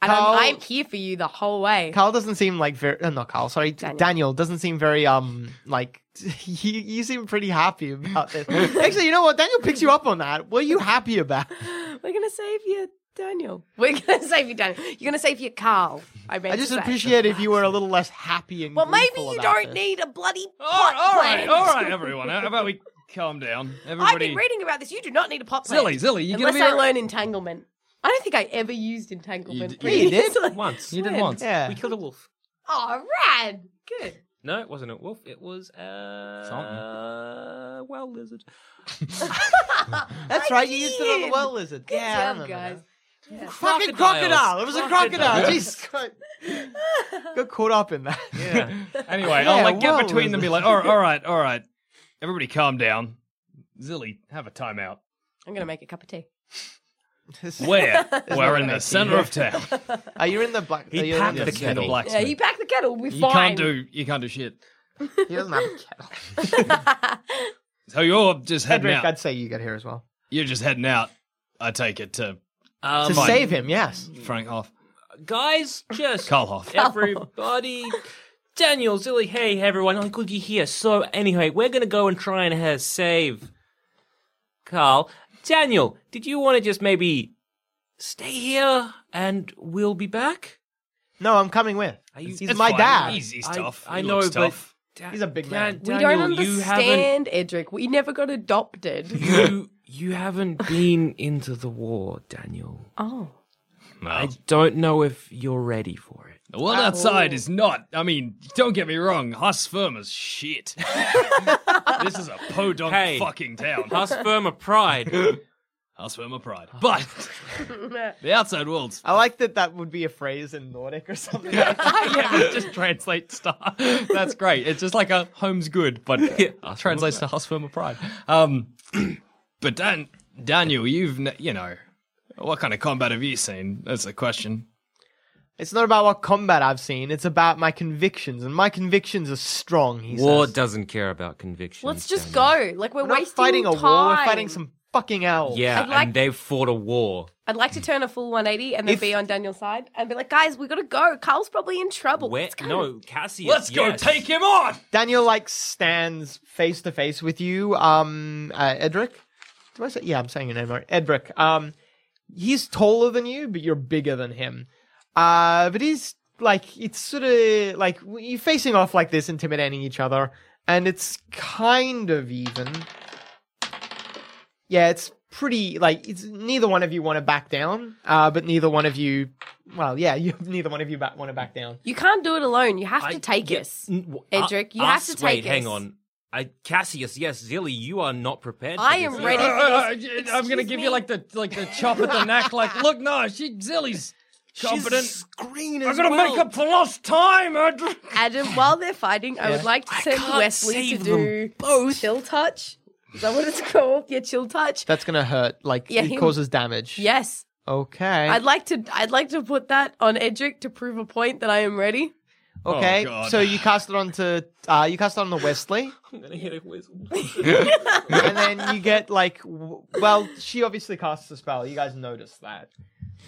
[SPEAKER 5] And
[SPEAKER 3] Carl-
[SPEAKER 5] I'm, I'm here for you the whole way.
[SPEAKER 3] Carl doesn't seem like very uh, not Carl, sorry, Daniel. Daniel doesn't seem very um like [laughs] you, you seem pretty happy about this. Actually, you know what? Daniel picks you up on that. What are you happy about?
[SPEAKER 5] We're gonna save you, Daniel. [laughs] We're gonna save you, Daniel. You're gonna save your Carl. I, meant
[SPEAKER 3] I just
[SPEAKER 5] to say.
[SPEAKER 3] appreciate if you were a little less happy and
[SPEAKER 5] [laughs] Well, maybe
[SPEAKER 3] gleeful
[SPEAKER 5] you
[SPEAKER 3] about
[SPEAKER 5] don't
[SPEAKER 3] this.
[SPEAKER 5] need a bloody
[SPEAKER 4] All
[SPEAKER 5] pot
[SPEAKER 4] right, all right,
[SPEAKER 5] plant.
[SPEAKER 4] all right, everyone. How about we calm down?
[SPEAKER 5] I've
[SPEAKER 4] Everybody.
[SPEAKER 5] been reading about this. You do not need a pot plant.
[SPEAKER 4] Zilly, Zilly, you
[SPEAKER 5] Unless
[SPEAKER 4] gonna be
[SPEAKER 5] I
[SPEAKER 4] all right?
[SPEAKER 5] learn entanglement. I don't think I ever used entanglement.
[SPEAKER 4] You d- you
[SPEAKER 5] [laughs] previously.
[SPEAKER 6] Once
[SPEAKER 4] You did
[SPEAKER 5] When?
[SPEAKER 4] once.
[SPEAKER 3] Yeah.
[SPEAKER 6] we killed a wolf.
[SPEAKER 5] Oh, rad. Good. [laughs]
[SPEAKER 6] No, it wasn't a wolf. It was a uh, well lizard.
[SPEAKER 3] That's right. You used it on the
[SPEAKER 5] did.
[SPEAKER 3] well lizard. yeah, I
[SPEAKER 5] Job,
[SPEAKER 3] remember
[SPEAKER 5] guys.
[SPEAKER 3] now. Fucking
[SPEAKER 6] Crocodiles.
[SPEAKER 3] crocodile. It was a crocodile.
[SPEAKER 6] [laughs] Crocodiles.
[SPEAKER 3] Jesus Christ. Got caught up in that. [laughs]
[SPEAKER 6] Yeah.
[SPEAKER 4] [laughs] Anyway,
[SPEAKER 3] Yeah,
[SPEAKER 4] I'll like get
[SPEAKER 3] well,
[SPEAKER 4] between them and be like, all right, all right, all right. Everybody calm down. Zilly, have a timeout.
[SPEAKER 5] I'm gonna make a cup of tea.
[SPEAKER 4] Where? We're in
[SPEAKER 3] no
[SPEAKER 4] the center of town.
[SPEAKER 3] Are you Oh, in the black? He, you in
[SPEAKER 6] packed
[SPEAKER 3] the,
[SPEAKER 6] the
[SPEAKER 4] It's in the
[SPEAKER 6] kettle.
[SPEAKER 5] Yeah,
[SPEAKER 4] blacksmith.
[SPEAKER 5] you pack the kettle. We're
[SPEAKER 4] You
[SPEAKER 5] fine.
[SPEAKER 4] can't
[SPEAKER 5] [laughs]
[SPEAKER 4] do [laughs] you can't do shit.
[SPEAKER 3] he doesn't have a
[SPEAKER 6] [laughs]
[SPEAKER 3] kettle.
[SPEAKER 4] So you're just heading
[SPEAKER 3] Hedrick,
[SPEAKER 4] out.
[SPEAKER 3] I'd say you get here as well.
[SPEAKER 4] You're just heading out. I take it to
[SPEAKER 3] To
[SPEAKER 6] Um,
[SPEAKER 4] Fine.
[SPEAKER 3] save him, yes.
[SPEAKER 4] Frank Hoff.
[SPEAKER 6] guys,
[SPEAKER 4] [laughs]
[SPEAKER 6] just
[SPEAKER 4] Carl Hoff.
[SPEAKER 6] everybody. Daniel, Zilly, hey everyone, I'm good you're here. So anyway, we're gonna go and try and uh, save Carl. Daniel, did you want to just maybe stay here and we'll be back?
[SPEAKER 3] No, I'm coming with.
[SPEAKER 6] Are you-
[SPEAKER 3] He's
[SPEAKER 4] It's
[SPEAKER 3] my
[SPEAKER 4] fine.
[SPEAKER 3] dad.
[SPEAKER 4] He's, he's
[SPEAKER 6] I-
[SPEAKER 4] tough.
[SPEAKER 6] I
[SPEAKER 4] He
[SPEAKER 6] know,
[SPEAKER 4] looks
[SPEAKER 6] but-
[SPEAKER 4] tough.
[SPEAKER 6] Da-
[SPEAKER 3] He's a big
[SPEAKER 6] Da-
[SPEAKER 3] man.
[SPEAKER 5] we
[SPEAKER 6] Daniel,
[SPEAKER 5] don't
[SPEAKER 6] you haven't
[SPEAKER 5] understand, Edric. We never got
[SPEAKER 3] [laughs]
[SPEAKER 5] adopted.
[SPEAKER 6] you you haven't been
[SPEAKER 4] [laughs]
[SPEAKER 6] into the war, Daniel.
[SPEAKER 5] oh.
[SPEAKER 4] No.
[SPEAKER 6] I don't know if you're ready for it.
[SPEAKER 4] The world outside is not. I mean, don't get me wrong. Hus firm as shit. this is a podunk
[SPEAKER 6] Hey.
[SPEAKER 4] fucking town.
[SPEAKER 6] Hus Firma [laughs] Pride.
[SPEAKER 4] Hus firm of pride. But the outside world's
[SPEAKER 3] I like that that would be a phrase in Nordic or
[SPEAKER 4] [laughs]
[SPEAKER 3] something. [laughs]
[SPEAKER 4] yeah, just translate star. That's great. It's just like a home's good, [laughs] but translates to house firm of pride. Um, [clears throat] but Dan, Daniel, you've n- you know, what kind of combat have you seen? That's the question.
[SPEAKER 3] It's not about what combat I've seen, it's about my convictions, and my convictions are strong, he
[SPEAKER 6] War
[SPEAKER 3] says.
[SPEAKER 6] doesn't care about convictions.
[SPEAKER 5] Let's just
[SPEAKER 6] Daniel.
[SPEAKER 5] go. Like we're,
[SPEAKER 3] We're not
[SPEAKER 5] wasting
[SPEAKER 3] fighting a
[SPEAKER 5] time.
[SPEAKER 3] war, we're fighting some fucking elves.
[SPEAKER 6] Yeah,
[SPEAKER 5] I'd like-
[SPEAKER 6] and they fought a war.
[SPEAKER 5] I'd like to turn a full 180 and then
[SPEAKER 3] If-
[SPEAKER 5] be on Daniel's side and be like, guys, we gotta go. Carl's probably in trouble.
[SPEAKER 6] Where?
[SPEAKER 5] Let's go.
[SPEAKER 6] No, Cassius.
[SPEAKER 4] Let's
[SPEAKER 6] yes.
[SPEAKER 4] go take him on.
[SPEAKER 3] Daniel, like, stands face to face with you, um, uh, Edric. Do I say? Yeah, I'm saying your name right. Edric. Um, he's taller than you, but you're bigger than him. Uh, but he's like, it's sort of like you're facing off like this, intimidating each other, and it's kind of even. Yeah, it's pretty like it's neither one of you want to back down, uh, but neither one of you, well, yeah, [laughs] you neither one of you ba- want to back down.
[SPEAKER 5] You can't do it alone. You have to take
[SPEAKER 6] yeah,
[SPEAKER 5] us.
[SPEAKER 6] n- w-
[SPEAKER 5] Edric,
[SPEAKER 6] uh,
[SPEAKER 5] you have
[SPEAKER 6] us-
[SPEAKER 5] to take
[SPEAKER 6] Wait, hang
[SPEAKER 5] us.
[SPEAKER 6] on. I, Cassius, yes, Zilly, you are not prepared. for
[SPEAKER 5] I am
[SPEAKER 6] this.
[SPEAKER 5] ready for this.
[SPEAKER 4] Uh, I'm gonna
[SPEAKER 5] Excuse
[SPEAKER 4] give
[SPEAKER 5] me.
[SPEAKER 4] you like the like the chop at [laughs] the neck. Like, look, no, she Zilly's competent.
[SPEAKER 6] She's green
[SPEAKER 4] I'm
[SPEAKER 6] as
[SPEAKER 4] gonna
[SPEAKER 6] well.
[SPEAKER 4] make up for lost time. Andrew.
[SPEAKER 6] [sighs]
[SPEAKER 5] Adam, while they're fighting, I would like to send
[SPEAKER 6] can't
[SPEAKER 5] Wesley to
[SPEAKER 6] save
[SPEAKER 5] do both. chill touch. Is that what it's [laughs] called? Yeah, chill touch.
[SPEAKER 3] That's gonna hurt. Like
[SPEAKER 5] Yeah,
[SPEAKER 3] it
[SPEAKER 5] him-
[SPEAKER 3] causes damage.
[SPEAKER 5] Yes.
[SPEAKER 3] Okay.
[SPEAKER 5] I'd like to I'd like to put that on Edric to prove a point that I am ready.
[SPEAKER 3] Okay,
[SPEAKER 4] Oh, God.
[SPEAKER 3] so you cast it onto uh, you cast it on the Wesley,
[SPEAKER 6] [laughs] I'm gonna hit a
[SPEAKER 4] [laughs]
[SPEAKER 6] whistle.
[SPEAKER 3] and then you get like, w- well, she obviously casts a spell. You guys noticed that.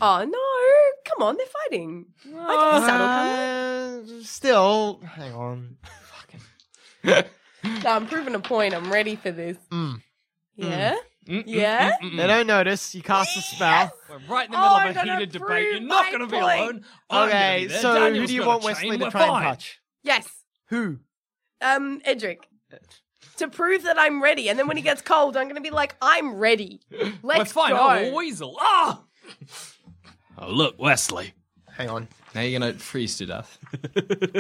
[SPEAKER 5] Oh no. Come on, they're
[SPEAKER 6] [sighs]
[SPEAKER 5] fighting. I can saddle come.
[SPEAKER 3] Uh, still, hang on.
[SPEAKER 5] No, I'm proving a point. I'm ready for this.
[SPEAKER 3] Mm.
[SPEAKER 5] Yeah?
[SPEAKER 6] Mm.
[SPEAKER 5] Yeah?
[SPEAKER 4] Hmm.
[SPEAKER 3] They don't notice. You cast a spell.
[SPEAKER 4] [laughs] We're right in the
[SPEAKER 5] Oh,
[SPEAKER 4] middle
[SPEAKER 5] I'm
[SPEAKER 4] of a
[SPEAKER 5] gonna
[SPEAKER 4] heated debate.
[SPEAKER 5] prove
[SPEAKER 4] You're not
[SPEAKER 5] my
[SPEAKER 4] going to be
[SPEAKER 5] point.
[SPEAKER 4] alone. I'm gonna be
[SPEAKER 3] okay,
[SPEAKER 4] there.
[SPEAKER 3] so
[SPEAKER 4] Daniel's
[SPEAKER 3] who do you
[SPEAKER 4] got a
[SPEAKER 3] want
[SPEAKER 4] chain.
[SPEAKER 3] Wesley to
[SPEAKER 4] We're
[SPEAKER 3] try
[SPEAKER 4] fine.
[SPEAKER 3] and touch?
[SPEAKER 5] Yes.
[SPEAKER 3] Who?
[SPEAKER 5] Um, Edric. To prove that I'm ready, and then when he gets cold, I'm gonna be like, "I'm ready. Let's
[SPEAKER 4] We're fine.
[SPEAKER 5] go."
[SPEAKER 4] Oh, a weasel. Ah! Oh, look, Wesley.
[SPEAKER 3] Hang on.
[SPEAKER 4] Now you're gonna freeze to death.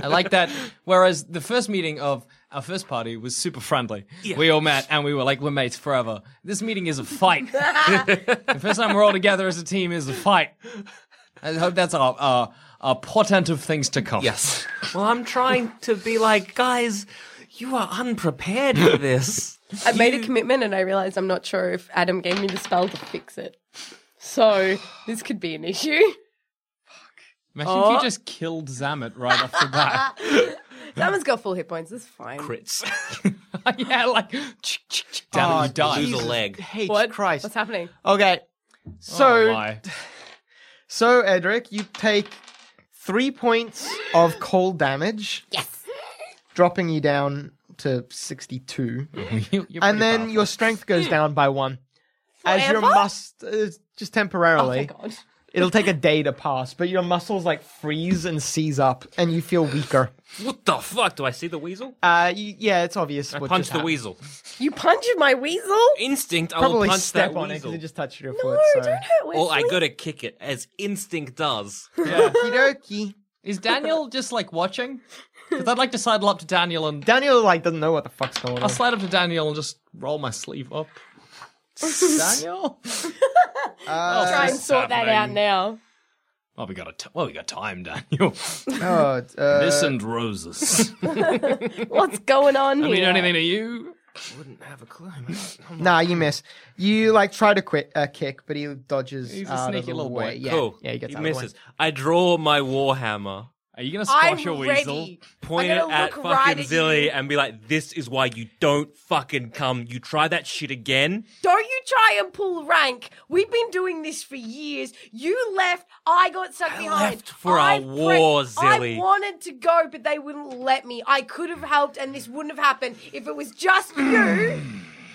[SPEAKER 4] I like that. Whereas the first meeting of our first party was super friendly. We all met and we were like, we're mates forever. This meeting is a [laughs] fight. the first time we're all together as a team is a fight. I hope that's our, our, our portent of things to come.
[SPEAKER 6] Yes. Well, I'm trying to be like, guys, you are unprepared for this.
[SPEAKER 5] I made a commitment, and I realized I'm not sure if Adam gave me the spell to fix it. So this could be
[SPEAKER 4] [laughs]
[SPEAKER 5] an issue.
[SPEAKER 4] Imagine if you just killed Zamet right off the bat. [laughs]
[SPEAKER 5] Someone's got full hit points. That's fine.
[SPEAKER 6] [laughs] Crits.
[SPEAKER 4] yeah, like down
[SPEAKER 3] Oh,
[SPEAKER 4] he dies.
[SPEAKER 6] Lose a leg.
[SPEAKER 3] Hey,
[SPEAKER 5] What?
[SPEAKER 3] Christ.
[SPEAKER 5] What's happening?
[SPEAKER 3] Okay,
[SPEAKER 4] Oh,
[SPEAKER 3] so
[SPEAKER 4] my.
[SPEAKER 3] so Edric, you take three points of cold damage,
[SPEAKER 5] Yes.
[SPEAKER 3] dropping you down to sixty-two.
[SPEAKER 4] You- [laughs] you're
[SPEAKER 3] and
[SPEAKER 4] pretty
[SPEAKER 3] then
[SPEAKER 4] powerful.
[SPEAKER 3] your strength
[SPEAKER 6] Hmm.
[SPEAKER 3] goes down by one. As your
[SPEAKER 5] Forever?
[SPEAKER 3] must uh, just
[SPEAKER 5] Oh my
[SPEAKER 3] temporarily,
[SPEAKER 5] god.
[SPEAKER 3] it'll take a day to pass, but your muscles like freeze and seize up, and you feel weaker.
[SPEAKER 6] What the fuck? Do I see the weasel?
[SPEAKER 3] Uh, you, yeah, it's obvious.
[SPEAKER 6] I
[SPEAKER 3] what
[SPEAKER 6] punch
[SPEAKER 3] just
[SPEAKER 6] the
[SPEAKER 3] happened.
[SPEAKER 6] weasel.
[SPEAKER 5] You punched my weasel.
[SPEAKER 6] Instinct. I will
[SPEAKER 3] Probably
[SPEAKER 6] punch
[SPEAKER 3] step
[SPEAKER 6] that
[SPEAKER 3] on it
[SPEAKER 6] weasel.
[SPEAKER 3] because it just touched your
[SPEAKER 5] No,
[SPEAKER 3] foot. So.
[SPEAKER 5] don't hurt
[SPEAKER 4] Oh,
[SPEAKER 5] Wesley.
[SPEAKER 6] Or I gotta kick it, as instinct does.
[SPEAKER 3] Okey-dokey.
[SPEAKER 4] Is Daniel just like watching? Because I'd like to sidle up to Daniel and
[SPEAKER 3] Daniel like doesn't know what the fuck's going
[SPEAKER 4] I'll
[SPEAKER 3] on.
[SPEAKER 4] slide up to Daniel and just roll my sleeve up. Daniel,
[SPEAKER 3] Uh,
[SPEAKER 6] Oh,
[SPEAKER 5] Try and sort that out
[SPEAKER 4] happening?
[SPEAKER 5] now.
[SPEAKER 4] well, we got a t- well, we got time, [laughs] Daniel.
[SPEAKER 3] Oh, it's, uh,
[SPEAKER 4] This and roses.
[SPEAKER 5] What's going on
[SPEAKER 4] [laughs] I
[SPEAKER 5] here?
[SPEAKER 4] mean, anything to you?
[SPEAKER 6] [laughs] Wouldn't have a clue. [laughs]
[SPEAKER 3] nah, you miss. You like try to quit uh, kick, but he dodges.
[SPEAKER 4] He's a
[SPEAKER 3] out of
[SPEAKER 4] sneaky
[SPEAKER 3] the
[SPEAKER 4] little boy.
[SPEAKER 3] way. Yeah,
[SPEAKER 6] Cool.
[SPEAKER 3] yeah, he gets out of the way.
[SPEAKER 6] misses. I draw my warhammer,
[SPEAKER 4] Are you gonna
[SPEAKER 5] I'm
[SPEAKER 4] squash your weasel?
[SPEAKER 5] ready.
[SPEAKER 6] point
[SPEAKER 5] I'm
[SPEAKER 6] it
[SPEAKER 5] gonna
[SPEAKER 6] at
[SPEAKER 5] look
[SPEAKER 6] fucking
[SPEAKER 5] right at
[SPEAKER 6] Zilly,
[SPEAKER 5] you.
[SPEAKER 6] and be like, "This is why you don't fucking come. You try that shit again."
[SPEAKER 5] Don't you try and pull rank. We've been doing this for years. You left. I got stuck behind.
[SPEAKER 6] left for
[SPEAKER 5] I
[SPEAKER 6] our war, Zilly.
[SPEAKER 5] I wanted to go, but they wouldn't let me. I could have helped, and this wouldn't have happened if it was just
[SPEAKER 6] [clears throat]
[SPEAKER 5] you.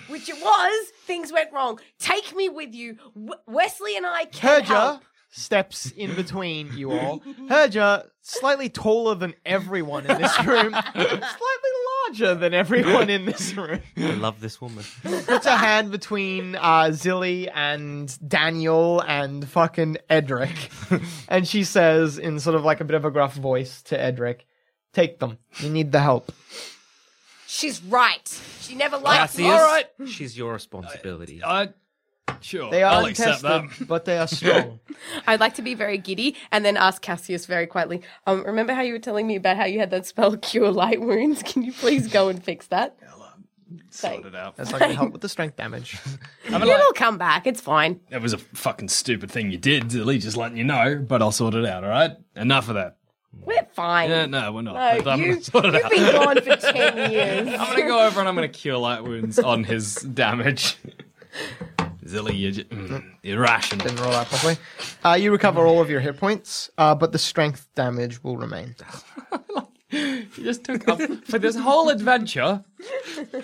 [SPEAKER 5] Which it was. Things went wrong. Take me with you. W- Wesley and I can
[SPEAKER 3] Herja
[SPEAKER 5] help.
[SPEAKER 3] steps in between
[SPEAKER 4] [laughs]
[SPEAKER 3] you
[SPEAKER 4] [laughs]
[SPEAKER 3] all. Herja, slightly taller than everyone in this room, slightly larger than everyone in this room.
[SPEAKER 6] I love this [laughs] woman.
[SPEAKER 3] Puts her hand between uh, Zilly and Daniel and fucking Edric, and she says in sort of like a bit of a gruff voice to Edric, "Take them. You need the help."
[SPEAKER 5] She's right. She never liked
[SPEAKER 6] Cassius,
[SPEAKER 5] me.
[SPEAKER 6] she's your [laughs] responsibility.
[SPEAKER 4] Uh, sure.
[SPEAKER 3] They are
[SPEAKER 4] I'll accept
[SPEAKER 3] untested,
[SPEAKER 4] that.
[SPEAKER 3] but they are strong.
[SPEAKER 5] I'd like to be very giddy and then ask Cassius very quietly. Um, remember how you were telling me about how you had that spell cure light wounds? Can you please go and fix that?
[SPEAKER 4] [laughs] Sort it out.
[SPEAKER 3] That's not gonna help with the strength damage.
[SPEAKER 4] I'm like,
[SPEAKER 5] It'll come back. It's fine.
[SPEAKER 4] that was a fucking stupid thing you did, Dilly, just letting you know, but I'll sort it out, all right? Enough of that.
[SPEAKER 5] We're fine.
[SPEAKER 4] Yeah, no, we're not.
[SPEAKER 5] No,
[SPEAKER 4] But I'm
[SPEAKER 5] you,
[SPEAKER 4] gonna sort it
[SPEAKER 5] you've
[SPEAKER 4] out.
[SPEAKER 5] been gone
[SPEAKER 4] [laughs]
[SPEAKER 5] for 10 years.
[SPEAKER 4] I'm gonna go over and I'm gonna cure light wounds on his damage. Zilly, you're ju- mm, irrational.
[SPEAKER 3] [laughs] Didn't roll out properly. Uh, you recover all of your hit points, uh, but the strength damage will remain.
[SPEAKER 4] You [laughs] just took up for this whole adventure.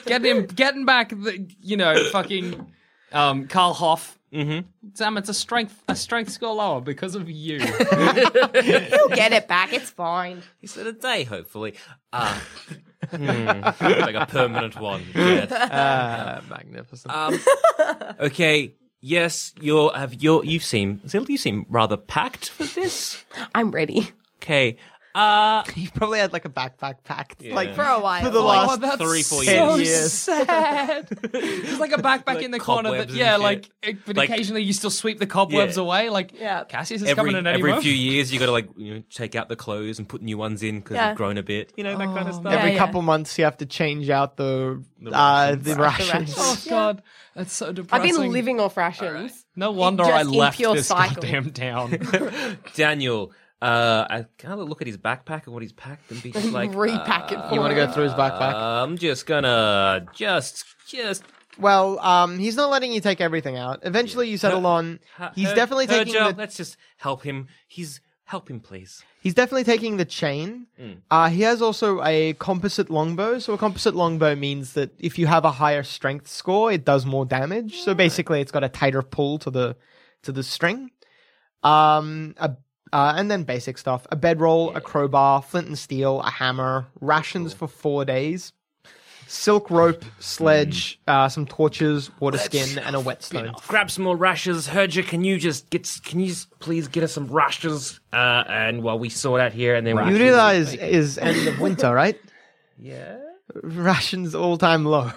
[SPEAKER 4] Getting him, getting back the, you know, fucking um, Karl Hoff. Mm-hmm. Damn, it's a strength, a strength score lower because of
[SPEAKER 6] [laughs]
[SPEAKER 4] you.
[SPEAKER 5] You'll get it back. It's fine.
[SPEAKER 6] He said a day, hopefully. [laughs] Uh, like a permanent one. [laughs] Yes.
[SPEAKER 3] Uh, magnificent.
[SPEAKER 6] Um, okay. Yes, you're have you you seem Zilda, you seem rather packed for this.
[SPEAKER 5] I'm ready.
[SPEAKER 6] Okay. Uh
[SPEAKER 3] you probably had like a backpack packed, like
[SPEAKER 5] For a while.
[SPEAKER 3] for the last
[SPEAKER 4] that's
[SPEAKER 6] three, four
[SPEAKER 4] so
[SPEAKER 3] years. Yes.
[SPEAKER 4] sad. [laughs] It's like a backpack in the corner that,
[SPEAKER 6] cobwebs and
[SPEAKER 4] yeah,
[SPEAKER 6] shit.
[SPEAKER 4] like, it- but
[SPEAKER 6] Like-
[SPEAKER 4] occasionally you still sweep the cobwebs
[SPEAKER 6] Yeah.
[SPEAKER 4] away. Like,
[SPEAKER 5] Yeah.
[SPEAKER 4] Cassius is
[SPEAKER 6] every
[SPEAKER 4] coming in
[SPEAKER 6] every
[SPEAKER 4] anyway.
[SPEAKER 6] few years you got to like you know, take out the clothes and put new ones in because
[SPEAKER 5] Yeah. Oh,
[SPEAKER 6] you've grown a bit. You know that kind of stuff.
[SPEAKER 3] Every
[SPEAKER 5] Yeah, yeah.
[SPEAKER 3] couple months, you have to change out the uh, the rations.
[SPEAKER 4] [laughs]
[SPEAKER 3] [laughs]
[SPEAKER 4] Oh God, that's so
[SPEAKER 5] I've
[SPEAKER 4] depressing.
[SPEAKER 5] been living off rations.
[SPEAKER 4] No wonder
[SPEAKER 5] just
[SPEAKER 4] I
[SPEAKER 5] in
[SPEAKER 4] left
[SPEAKER 5] pure
[SPEAKER 4] this
[SPEAKER 5] cycle.
[SPEAKER 4] goddamn town.
[SPEAKER 6] [laughs] Daniel, uh, I kind of look at his backpack and what he's packed and
[SPEAKER 3] [laughs]
[SPEAKER 6] be just like,
[SPEAKER 5] Repack
[SPEAKER 4] uh,
[SPEAKER 5] it for
[SPEAKER 3] You want to
[SPEAKER 5] me.
[SPEAKER 3] go through his backpack?
[SPEAKER 6] uh, I'm just gonna just just.
[SPEAKER 3] Well, um, he's not letting you take everything out. Eventually, you settle on.
[SPEAKER 6] her-
[SPEAKER 3] He's
[SPEAKER 6] her-
[SPEAKER 3] definitely
[SPEAKER 6] her
[SPEAKER 3] taking.
[SPEAKER 6] job.
[SPEAKER 3] The,
[SPEAKER 6] Let's just help him. He's help him, please.
[SPEAKER 3] he's definitely taking the chain. Uh, he has also a composite longbow. So a composite longbow means that if you have a higher strength score, it does more damage. So basically, it's got a tighter pull to the to the string. Um, a, uh, and then basic stuff: a bedroll, a crowbar, flint and steel, a hammer, rations for four days, silk rope, sledge, uh, some torches, water skin, and a whetstone.
[SPEAKER 6] Grab some more rashes, Herger. Can you just get? s- Can you just please get us some rashes? Uh, and while we sort out here, and then
[SPEAKER 3] You
[SPEAKER 6] we
[SPEAKER 3] realize is end of winter, right?
[SPEAKER 6] yeah.
[SPEAKER 3] Rations all time low.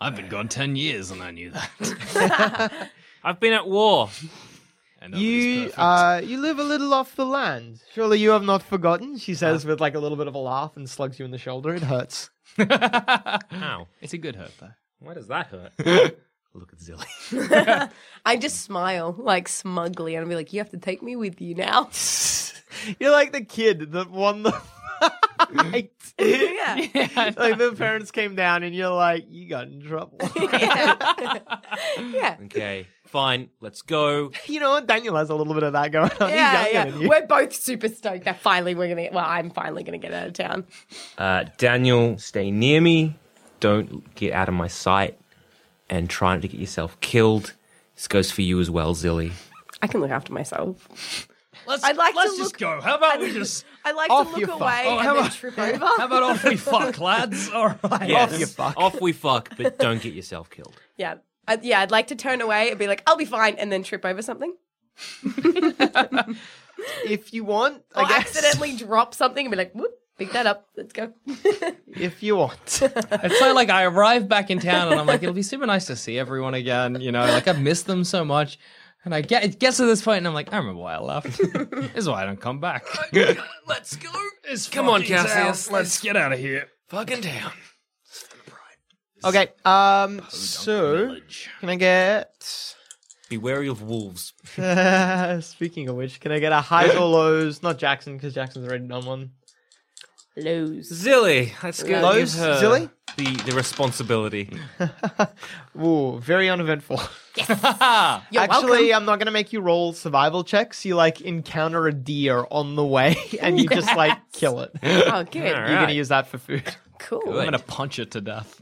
[SPEAKER 4] I've been gone ten years and I knew that.
[SPEAKER 6] I've been at war.
[SPEAKER 4] And
[SPEAKER 3] You uh, you live a little off the land. Surely you have not forgotten. She says with like a little bit of a laugh and slugs you in the shoulder. It hurts.
[SPEAKER 6] Ow!
[SPEAKER 4] it's a good hurt though.
[SPEAKER 6] Why does
[SPEAKER 3] [laughs]
[SPEAKER 6] that hurt? Look at Zilly.
[SPEAKER 5] I just smile, like smugly, and I'll be like, you have to take me with
[SPEAKER 4] [laughs]
[SPEAKER 5] you now.
[SPEAKER 3] [laughs] You're like the kid that won [laughs] the fight.
[SPEAKER 5] [laughs]
[SPEAKER 4] [laughs]
[SPEAKER 5] yeah.
[SPEAKER 3] like the parents came down and you're like, you got in [laughs] trouble.
[SPEAKER 5] yeah. yeah.
[SPEAKER 6] Okay, fine. Let's go.
[SPEAKER 3] you know what? Daniel has a little bit of that going on.
[SPEAKER 5] Yeah,
[SPEAKER 3] He's
[SPEAKER 5] yeah.
[SPEAKER 3] younger than you.
[SPEAKER 5] We're both super stoked that finally we're gonna. Well, I'm finally gonna get out of town.
[SPEAKER 6] Uh, Daniel, stay near me. Don't get out of my sight. And try not to get yourself killed. This goes for you as well, Zilly.
[SPEAKER 5] I can look after myself.
[SPEAKER 4] Let's,
[SPEAKER 5] I'd like to
[SPEAKER 4] let's just
[SPEAKER 5] look-
[SPEAKER 4] go. How about we just?
[SPEAKER 5] I like
[SPEAKER 3] Off
[SPEAKER 5] to
[SPEAKER 3] you
[SPEAKER 5] look
[SPEAKER 3] fuck.
[SPEAKER 5] away
[SPEAKER 4] Oh, how
[SPEAKER 5] and then
[SPEAKER 4] about-
[SPEAKER 5] trip over.
[SPEAKER 4] How about off we fuck, [laughs] lads? All right.
[SPEAKER 6] Yes.
[SPEAKER 3] Off you fuck.
[SPEAKER 6] Off we fuck, [laughs] but don't get yourself killed.
[SPEAKER 5] yeah, I, yeah. I'd like to turn away and be like, "I'll be fine," and then trip over something
[SPEAKER 3] If you want,
[SPEAKER 5] or
[SPEAKER 3] I guess. [laughs]
[SPEAKER 5] accidentally drop something and be like, "Whoop, pick that up. Let's go." [laughs]
[SPEAKER 3] If you want. [laughs]
[SPEAKER 4] It's so like I arrive back in town and I'm like, it'll be super nice to see everyone again. You know, like I've missed them so much. And I get it gets to this point and I'm like, I remember why I [laughs] left. this is why I don't come back.
[SPEAKER 6] Let's go.
[SPEAKER 4] It's
[SPEAKER 6] Come on,
[SPEAKER 4] fucking town.
[SPEAKER 6] Cassius.
[SPEAKER 4] Let's get out of here.
[SPEAKER 6] Fucking down.
[SPEAKER 3] okay. Um. So, can I get?
[SPEAKER 6] Be wary of wolves.
[SPEAKER 3] Uh, speaking of which, can I get a highs or lows? Not Jackson, because Jackson's already done one.
[SPEAKER 5] Lose.
[SPEAKER 6] Zilly, let's go.
[SPEAKER 3] Lows?
[SPEAKER 6] give her
[SPEAKER 3] Zilly?
[SPEAKER 6] The, the responsibility.
[SPEAKER 3] Ooh, very uneventful. [laughs]
[SPEAKER 5] You're
[SPEAKER 3] Actually,
[SPEAKER 5] welcome.
[SPEAKER 3] I'm not gonna make you roll survival checks. You like encounter a deer on the way, [laughs] and you just like kill it. You're
[SPEAKER 5] Oh, good.
[SPEAKER 6] All
[SPEAKER 3] gonna
[SPEAKER 6] right.
[SPEAKER 3] use that for food.
[SPEAKER 5] Cool.
[SPEAKER 4] I'm
[SPEAKER 6] Good.
[SPEAKER 4] gonna punch it to death.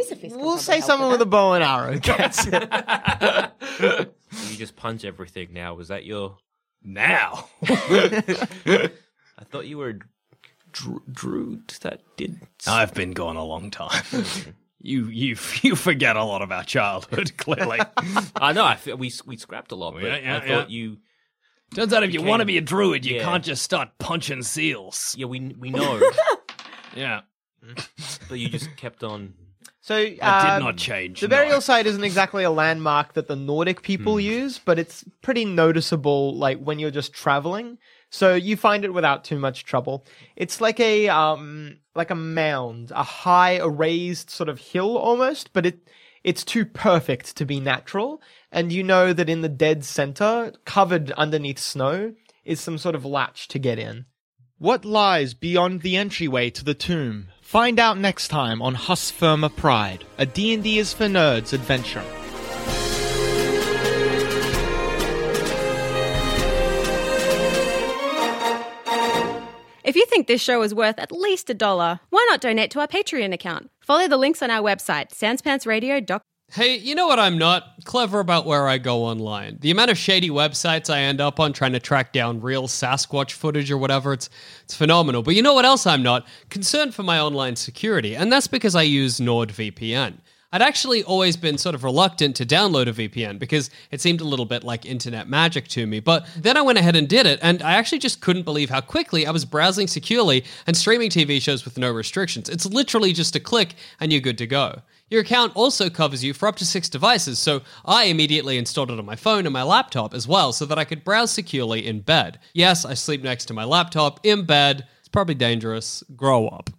[SPEAKER 5] Mr. Fisk can
[SPEAKER 3] We'll
[SPEAKER 5] probably
[SPEAKER 3] say
[SPEAKER 5] help
[SPEAKER 3] someone with a
[SPEAKER 5] that.
[SPEAKER 3] bow and arrow gets it.
[SPEAKER 6] You just punch everything [laughs] now. Was that your.
[SPEAKER 4] Now.
[SPEAKER 6] I thought you were a Dru- Druid that did.
[SPEAKER 4] I've been gone a long time. [laughs] you you you forget a lot about childhood. [laughs] Clearly,
[SPEAKER 6] I know. I f- we we scrapped a lot, but
[SPEAKER 4] Yeah, yeah,
[SPEAKER 6] I thought
[SPEAKER 4] yeah.
[SPEAKER 6] you.
[SPEAKER 4] turns out if you want to be a druid, you
[SPEAKER 6] Yeah.
[SPEAKER 4] can't just start punching seals.
[SPEAKER 6] Yeah, we we know,
[SPEAKER 4] Yeah,
[SPEAKER 6] but you just kept on.
[SPEAKER 3] So
[SPEAKER 4] I
[SPEAKER 3] um,
[SPEAKER 4] did not change.
[SPEAKER 3] The
[SPEAKER 4] no.
[SPEAKER 3] burial site isn't exactly a landmark that the Nordic people use, but it's pretty noticeable, like when you're just traveling. So you find it without too much trouble. It's like a um, like a mound, a high, a raised sort of hill almost, but it it's too perfect to be natural. And you know that in the dead center, covered underneath snow, is some sort of latch to get in. What lies beyond the entryway to the tomb? Find out next time on Hus Firma Pride, a D&D is for nerds adventure.
[SPEAKER 7] If you think this show is worth at least a dollar, why not donate to our Patreon account? Follow the links on our website, sanspantsradio.com.
[SPEAKER 8] Hey, you know what I'm not? Clever about where I go online. The amount of shady websites I end up on trying to track down real Sasquatch footage or whatever, it's it's phenomenal. But you know what else I'm not? Concerned for my online security, and that's because I use NordVPN. I'd actually always been sort of reluctant to download a VPN because it seemed a little bit like internet magic to me. But then I went ahead and did it, and I actually just couldn't believe how quickly I was browsing securely and streaming TV shows with no restrictions. It's literally just a click, and you're good to go. Your account also covers you for up to six devices, so I immediately installed it on my phone and my laptop as well so that I could browse securely in bed. Yes, I sleep next to my laptop in bed. It's probably dangerous. Grow up. [laughs]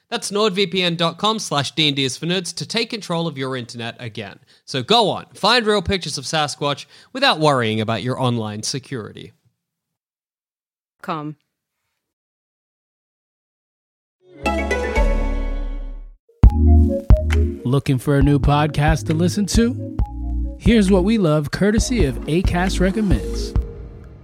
[SPEAKER 8] That's nordvpn.com slash D&D is for nerds to take control of your internet again. So go on, find real pictures of Sasquatch without worrying about your online security.
[SPEAKER 9] Looking for a new podcast to listen to? Here's what we love courtesy of ACAST Recommends.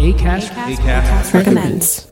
[SPEAKER 9] ACAST,
[SPEAKER 7] Recommends.